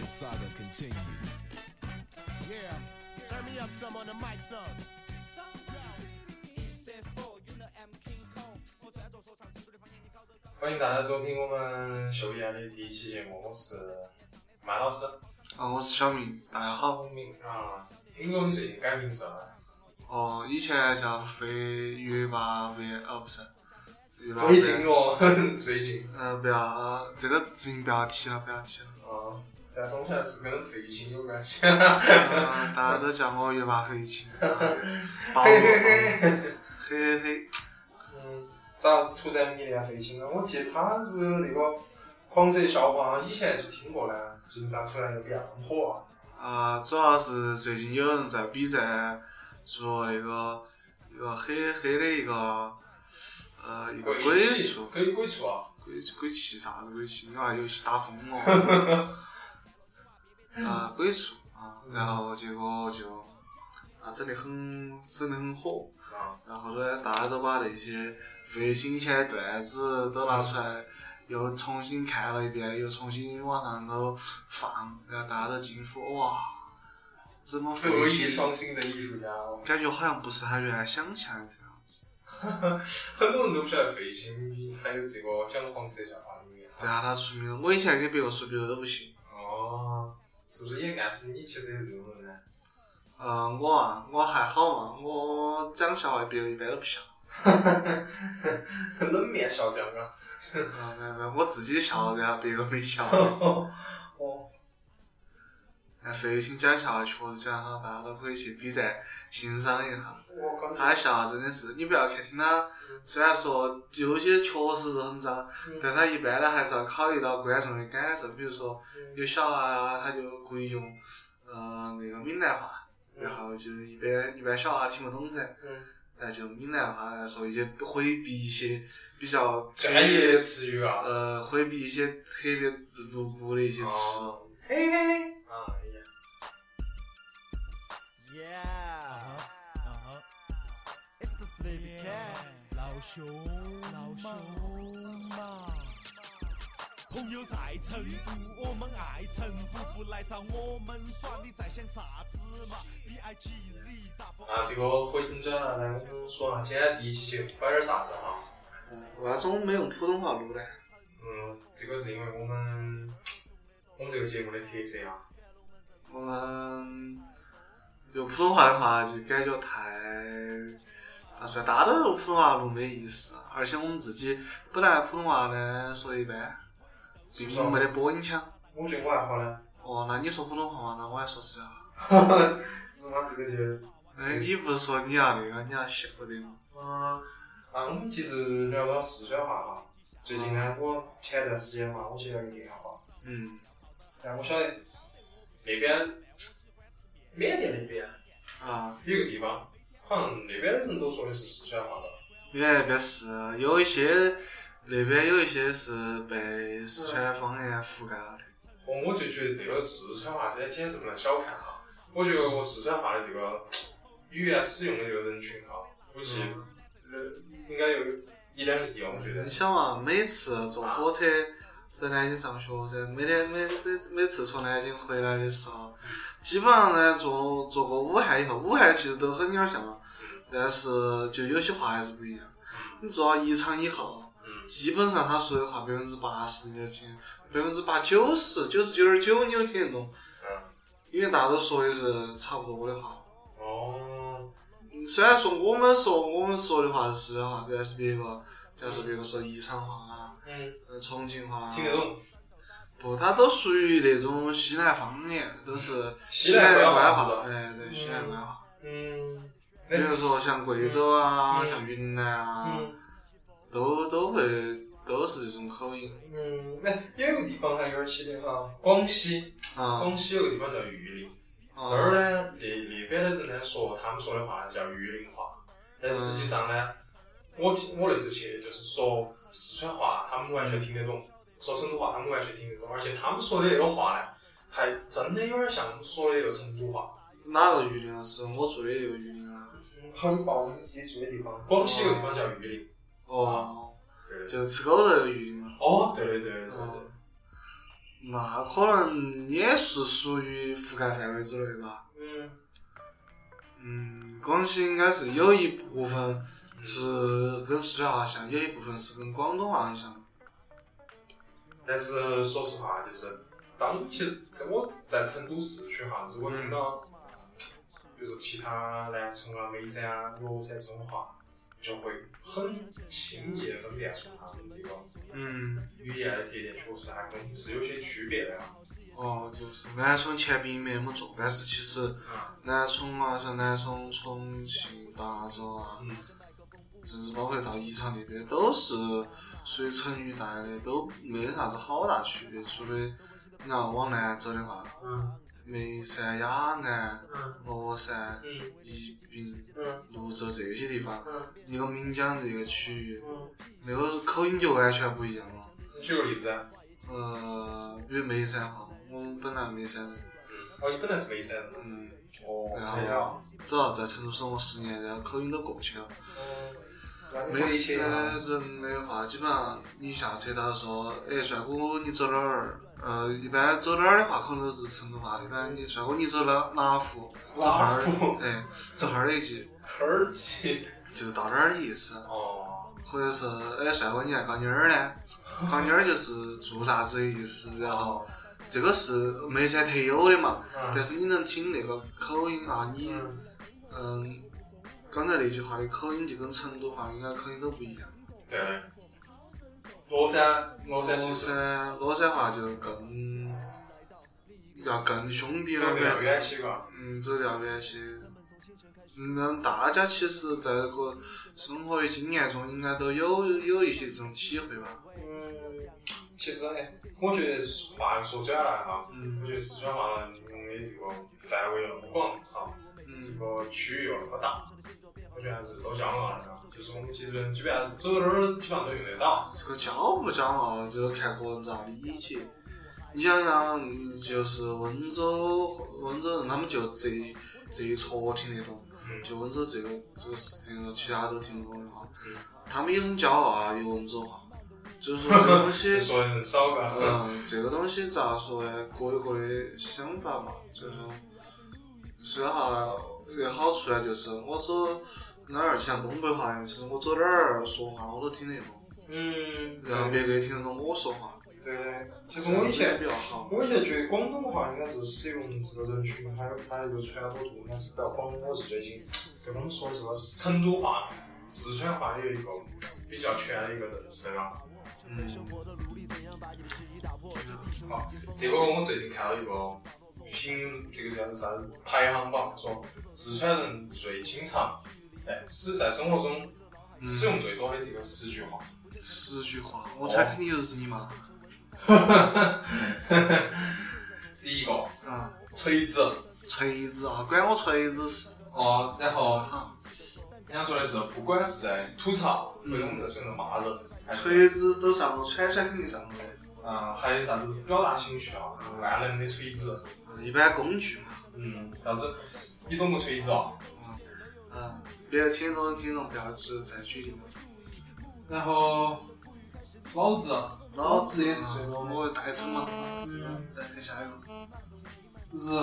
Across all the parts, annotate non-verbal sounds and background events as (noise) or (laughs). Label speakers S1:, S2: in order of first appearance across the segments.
S1: The saga continues.
S2: Yeah, turn me up some on the mic, son.
S3: Hello，
S4: 欢迎大家收听我们秀爷的第一期节目，我是马老师。
S5: 哦，我是小明，大家好。
S4: 小明啊，听说你最近改名字了？
S5: 哦，以前叫飞跃吧 V，哦不是，飞跃吧
S4: 最近哦，最近。
S5: 嗯、不要，呃这个事情不要提了，不要提了。
S4: 啊，但是我晓得是跟费青有关系。
S5: 嗯，大家都叫我月巴飞起，啊包我，嘿嘿嘿，
S4: 嗯，咋突然迷恋费青了？我记得他是那个黄色校花，以前就听过呢，最近咋突然又变火了？
S5: 啊，主要是最近有人在 B 站做那个一个黑黑的一个，呃，一个
S4: 鬼
S5: 鬼
S4: 泣
S5: 畜，，
S4: 鬼鬼畜啊！
S5: 鬼鬼泣啥子鬼泣？你娃游戏打疯了。啊，鬼畜啊，然后结果就啊整得很整得很火，
S4: 啊，
S5: 然后呢，大家都把那些最新鲜的段子都拿出来，又重新看了一遍，又重新往上头放，然后大家都惊呼哇，怎么
S4: 德
S5: 费
S4: 艺
S5: 心？
S4: 双馨的艺术家哦。
S5: 感觉好像不是他原来想象的这样子。
S4: 很多人都不晓得费青还有这个讲黄色笑话里面。
S5: 这下他出名了，我以前给别个说，别个都不信。
S4: 哦，是不是也暗示你其实有这种人呢？
S5: 呃，我啊，我还好嘛，我讲笑话别人一般都不笑，
S4: 冷面笑匠啊！
S5: 啊，没有没有，我自己笑了，然后别个没笑。
S4: 哦，
S5: 哎，费心讲笑话确实讲好，啊大家都可以去 B 站欣赏一下。
S4: 我刚
S5: 他的笑话真的是，你不要去听他，虽然说有些确实是很脏，但他一般呢还是要考虑到观众的感受。比如说有小娃啊，他就故意用呃那个闽南话，然后就一般一般小娃听不懂噻。
S4: 嗯，
S5: 那就闽南话来说，一些回避一些比较
S4: 专业的词语啊。
S5: 呃，回避一些特别露骨的一些词。
S4: 哦，嘿嘿嘿，啊，哎呀，
S2: Yeah. It's the sleepy cat.
S6: 老兄，老兄嘛，朋友在成都，我们爱成都，不来找我们耍，你在想啥子嘛？B I G Z W。
S4: 啊，这个回声转了，来，我们说下今天第一期节目摆点啥子哈？
S5: 嗯为啥子我们没用普通话录呢？
S4: 嗯，这个是因为我们我们这个节目的特色啊。
S5: 我们用普通话的话，就感觉太咋说？大家都用普通话录没意思，而且我们自己本来普通话呢说得一般，并没得播音腔。
S4: 我觉得我还好呢。
S5: 哦，那你说普通话嘛？那我还说实话。
S4: 哈哈， (laughs) 是吗？这个就。
S5: 哎，你不是说你要那个你要笑的吗？
S4: 嗯，啊，我们其实聊到四川话哈。最近呢，我前段时间嘛，我去了个电话，
S5: 嗯，
S4: 啊但我晓得那边缅甸那边
S5: 啊。
S4: 有个地方，好像那边的人都说的是四川话的。
S5: 因为那边是有一些，那边有一些是被四川方言覆盖了的。
S4: 哦，我就觉得这个四川话这简直不能小看哈。我觉得我四川话的这个语言使用的这个人群哈，估计呃应该有一两亿哦，我觉得
S5: 你。想嘛，每次坐火车在南京上学噻，每天每每每次从南京回来的时候，基本上呢坐坐过武汉以后，武汉其实都很有点像了，但是就有些话还是不一样。你坐到宜昌以后，
S4: 嗯，
S5: 基本上他说的话百分之八十你都听，百分之八九十九十九点九你都听得懂，
S4: 嗯，
S5: 因为大家都说的是差不多的话。
S4: 哦，
S5: 虽然说我们说我们说的话是四川话，但是别个，假如说别个说宜昌话啊，
S4: 嗯，
S5: 呃，重庆话啊，
S4: 听得懂。
S5: 不，它都属于那种西南方言，都是
S4: 嗯西
S5: 南
S4: 南
S5: 的
S4: 官话
S5: 官
S4: 是吧
S5: 话，哎，对，西南官话。
S4: 嗯，
S5: 比如说像贵州啊，
S4: 嗯
S5: 像云南啊，
S4: 嗯
S5: 都都会都是这种口音
S4: 嗯，那有个地方还有点儿起的哈，广西，
S5: 啊
S4: 广西有个地方叫玉林。那儿
S5: 啊
S4: 呢，那那边的人呢说他们说的话呢叫榆林话，但实际上呢，我听我那次去就是说四川话，他们完全听得懂；说成都话，他们完全听得懂，而且他们说的那个话呢，还真的有点像我们说的那个成都话。
S5: 哪个榆林啊？是我住的那个榆林啊。
S4: 很棒，你自己住的地方。广西有个地方叫榆林，
S5: 哦，
S4: 啊对对对。
S5: 就是吃狗肉的榆林嘛。啊
S4: 哦，对对对对对对
S5: 哦。嗯那可能也是属于覆盖范围之内吧。
S4: 嗯
S5: 嗯，广西应该是有一部分是跟四川话像，有一部分是跟广东话很像。
S4: 但是说实话，就是当其实在我在成都市区哈，如果听到，比如说其他南充啊、眉山啊、乐山这种话，就会很轻易地分辨出他们这个
S5: 嗯，
S4: 语言的特点确实还跟是有些区别的啊哈。
S5: 哦，就是南充前鼻音没那么重，但是其实南充啊，像南充、重庆、达州啊，
S4: 嗯，
S5: 甚至包括到宜昌那边，都是属于成语带的，都没啥子好大区别。除非你要往南走的话，
S4: 嗯
S5: 眉山、雅安、
S4: 嗯
S5: 乐山、
S4: 嗯
S5: 宜宾、
S4: 嗯
S5: 泸州这些地方，
S4: 嗯
S5: 一个岷江这个区域，
S4: 嗯，
S5: 那个口音就完全不一样了。
S4: 你举个例子啊，
S5: 呃，比如眉山话，我们本来眉山人，
S4: 嗯，哦，你本来是眉山人嘛，
S5: 嗯，
S4: 哦
S5: 然
S4: 对啊
S5: 后只要在成都生活十年，然后口音都过去了。
S4: 嗯，
S5: 眉山人的话，基本上你下车他就说，哎，帅哥，你走哪儿？呃，一般走哪儿的话，可能都是成都话。一般你帅哥，你走哪儿哪户？走哈
S4: 拉
S5: 儿？
S4: 夫
S5: 哎，走哈儿的一句，
S4: 耳机，
S5: 就是到哪儿的意思。
S4: 哦，
S5: 或者是哎，帅哥，你来搞妞儿呢？搞妞儿就是做啥子的意思，然后这个是眉山特有的嘛。但
S4: 嗯
S5: 是你能听那个口音啊，你
S4: 嗯，
S5: 嗯，刚才那句话的口音就跟成都话应该口音都不一样。
S4: 对，乐山，乐山其
S5: 乐
S4: 实。
S5: 山乐山话就更要更兄弟
S4: 这
S5: 了
S4: 个要
S5: 呗
S4: 远，些嘎，
S5: 嗯，走得要远些。嗯，那大家其实在这个生活的经验中，应该都有有一些这种体会吧。
S4: 嗯，其实哎，我觉得话又说转来哈，
S5: 嗯
S4: 我觉得四川话能用的这个范围又那么广啊，这
S5: 嗯
S4: 个区域又那么大，我觉得还是多讲了嘎。就是我们其实基本上走哪儿基本上都用得到。
S5: 这个教不讲啊，就看个人咋理解。你想想，嗯就是温州温州人，他们就这一这一撮听得懂，
S4: 嗯，
S5: 就温州这个这个事情，其他都听不懂的话
S4: 嗯，
S5: 他们也很骄傲啊，有温州话。就是说这个东
S4: (laughs)
S5: 西，
S4: 说的人少嘎。
S5: 嗯，这个东西咋说呢？各有各的想法嘛。就是说，虽然哈，一个好处呢，就是我走哪儿，像东北话一样，其实我走哪儿说话我都听得懂。
S4: 嗯，
S5: 然后别个也听得懂我说话。
S4: 对对，其实我以前。
S5: 比较好。
S4: 我以前觉得广东话应该是使用这个人群，还有它一个传播度应该是比较广的。我是最近对我们说的这个成都话、四川话有一个比较全的一个认识了。
S5: 嗯，
S4: 啊，这个我最近看到一个评这个叫啥子排行榜，说四川人最经常哎是在生活中使用最多的这个十句话。 (laughs)
S5: 十句话，我猜肯定就是你妈。
S4: 第一个
S5: 啊，
S4: 锤子
S5: 锤子啊，管我锤子是。
S4: 哦，然后
S5: 哈，
S4: 人家说的是，不管是在吐槽，或者我们在身上骂人，还是
S5: 锤子都上过，铲铲肯定上过。
S4: 嗯，还有啥子表达情绪啊，万能的锤子，
S5: 啊一般工具嘛，
S4: 嗯，啥子你懂不锤子啊？
S5: 啊，别个听得懂听得懂，不要只再举例。
S4: 然后老子、
S5: 老子也是最多，啊我代称嘛。嗯，再看下一个。
S4: 日，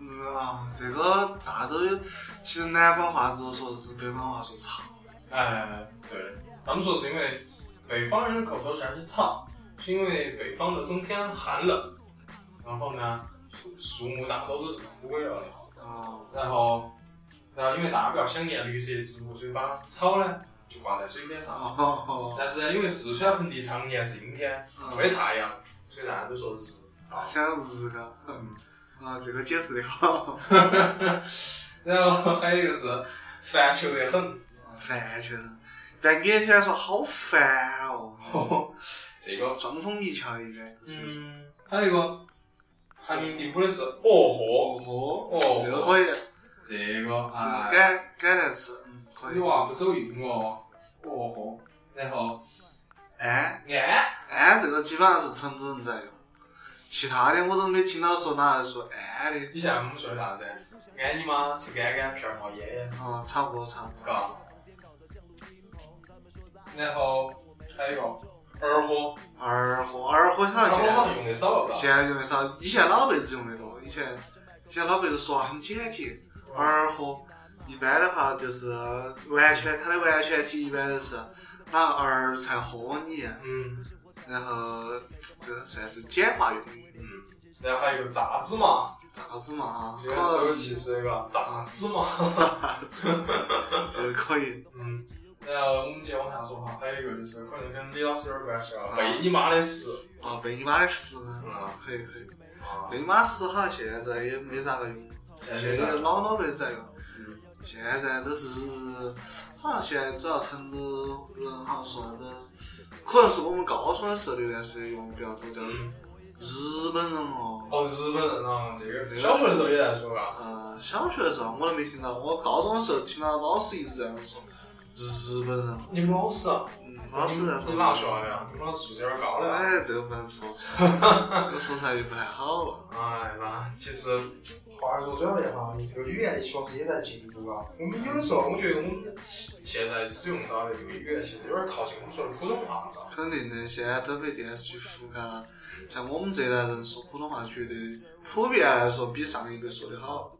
S5: 日啊，这个大家都有。其实南方话只说日，北方话说操。
S4: 哎，对，他们说是因为北方人口头禅是“操”，是因为北方的冬天寒冷，然后呢，树树木大多都是枯萎了的，
S5: 啊，
S4: 然后，然后因为大家比较想念绿色植物，所以把草呢就挂在水边上。
S5: (laughs) 哦，
S4: 但是呢，因为四川盆地常年是阴天，没太阳，所以大家都说是啊。
S5: 像日个，嗯啊，这个解释的好，
S4: (laughs) 然后还有一个是烦球得很，
S5: 烦确实。但你也喜欢说好烦哦，
S4: 这个，
S5: 装疯迷窍一般都是这种。
S4: 嗯，还有一个排名第五的是哦豁
S5: 哦，
S4: 哦，
S5: 这个可以，
S4: 这个
S5: 这个
S4: 啊，
S5: 改改来吃，嗯，可以
S4: 你。娃不走运哦，哦豁，然后
S5: 安
S4: 安，
S5: 安这个基本上是成都人在用，其他的我都没听到说哪个说安的。
S4: 你像我们说的啥子？安你妈吃干干片儿冒烟烟，
S5: 哦，差不多差不多。
S4: 嘎。然后还有一个二货，
S5: 二货二货好
S4: 二
S5: 像
S4: 货好
S5: 现在
S4: 像用的少了吧？
S5: 现在用的少，以前老辈子用的多，以前以前老辈子说话很简洁，二货一般的话就是完全它的完全体一般就是哪个儿才喝你，
S4: 嗯
S5: 然后这算是简化用语，
S4: 嗯，然后还有榨子嘛，
S5: 啥子嘛，
S4: 这个是都
S5: 可
S4: 有
S5: 以，
S4: 提示的嘎，榨子嘛。 (laughs)
S5: 啥子，这个可以，
S4: 嗯，然后我们接往下说哈，还有一个就是可能跟李老师有点关系啊，背你妈的事
S5: 哦，被你妈的诗，
S4: 嗯
S5: 可以可以，
S4: 啊
S5: 被，你妈诗好像现在也没咋个用，
S4: 哎
S5: 现在老老辈子在用。
S4: 嗯
S5: 现在都是，好像现在主要成都人好像说啥子，可能是我们高中的时候那段时间用的比较多点。
S4: 嗯，
S5: 日本人哦，
S4: 哦，日本人啊，这个小学的时候也在说嘎，
S5: 呃，小学的时候我都没听到，我高中的时候听到老师一直这样说，日本人，
S4: 你们老师啊，
S5: 嗯，老师在说。
S4: 你哪个学校的啊？你们老师素质有点高的啊。
S5: 哎，这个不能说出来，这个说出来就不太好了。
S4: 哎，那其实话说转来哈，这个语言确实也在进步啊。我们有的时候，我觉得我们现在使用到的这个语言，其实有点靠近我们说的普通话了。
S5: 肯定的，现在都被电视剧覆盖了。像我们这代人说普通话，绝对普遍来说比上一辈说的好。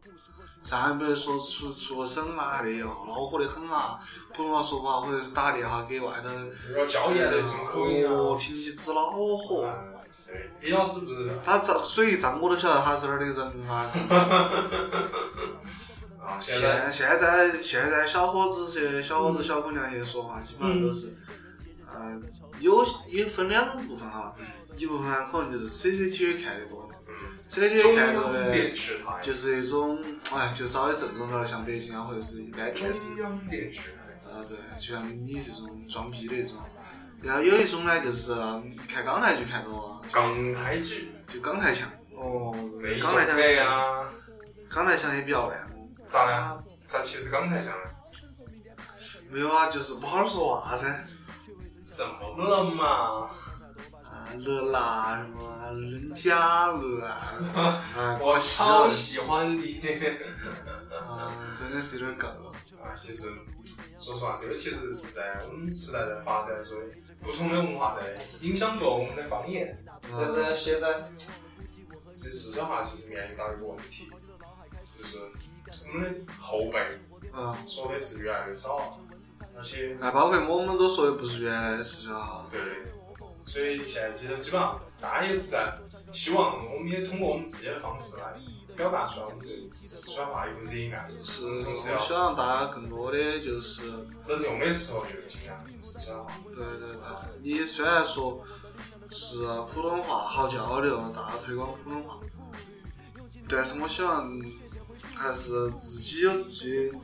S5: 上一辈说出出个省啊的哟，恼火的很啊，普通话说不好，或者是打电话给外头
S4: 有点椒盐的这种口音
S5: 哦
S4: 啊。
S5: 听起直恼火。
S4: 哎对，李老师不是
S5: 他张，所以张我都晓得他是哪儿的人啊。
S4: 啊？现
S5: 现
S4: 在
S5: 在现在现在小伙子些小伙子小姑娘些说话，基本上都是，嗯、有也分两个部分哈，一部分可能就是 CCTV 看的多。
S4: 嗯，中
S5: CCTV 看到
S4: 央
S5: 的
S4: 电，视台，
S5: 就是一种，哎，就稍微正宗点儿，像北京啊，或者是一般电视
S4: 中，央电视台，
S5: 啊，对，就像你这种装逼的那种。然后有一种呢，就是看港台剧看多了，
S4: 港台剧，
S5: 哦就港台腔。哦
S4: 美
S5: 港
S4: 酒
S5: 台腔
S4: 杯，啊，
S5: 港台腔也比较万物。
S4: 咋了？咋其实港台腔呢？
S5: 没有啊，就是不好好说话噻。
S4: 怎么了嘛？
S5: 啊，乐啦什么，人家乐啊，啊，
S4: 我
S5: 可惜了
S4: 超喜欢你。
S5: 啊，真的是有点梗了。
S4: 啊，其实说实话，这个其实是在我们时代的发展，所以不同的文化在影响着我们的方言。但是
S5: 嗯
S4: 呢，现在这四川话其实面临到一个问题，就是我们的后辈
S5: 嗯，
S4: 说的是越来越少，而且
S5: 啊，包括我们都说的不是原来的事情啊哈。
S4: 对，所以现在其实基本上大家也在希望，我们也通过我们自己的方式来表达出来我们对四川话有热爱，
S5: 是，
S4: 同
S5: 我
S4: 时嗯要
S5: 希望大家更多的就是，
S4: 能用的时候就尽量用四川话。
S5: 对对对，你虽然说是普通话好交流，大家推广普通话，但是我希望还是自己有自己的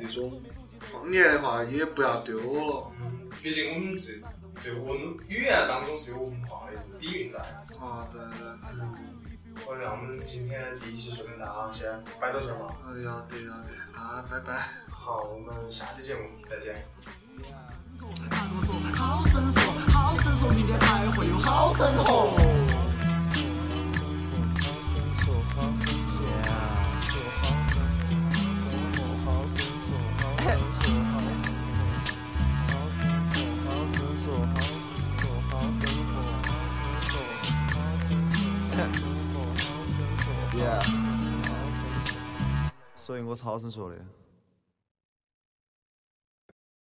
S5: 那种方言的话，也不要丢了
S4: 嗯，毕竟我们这这个文语言当中是有文化的底蕴在。
S5: 啊。对对，
S4: 好，那我们今天第一期就跟大家先摆到这儿吧。
S5: 哎呀，对呀对，大家拜拜。
S4: 好，我们下期节目再见。
S1: 大哥说，好生说，好生说，明天才会有好生活。
S6: 所以我是好生说的。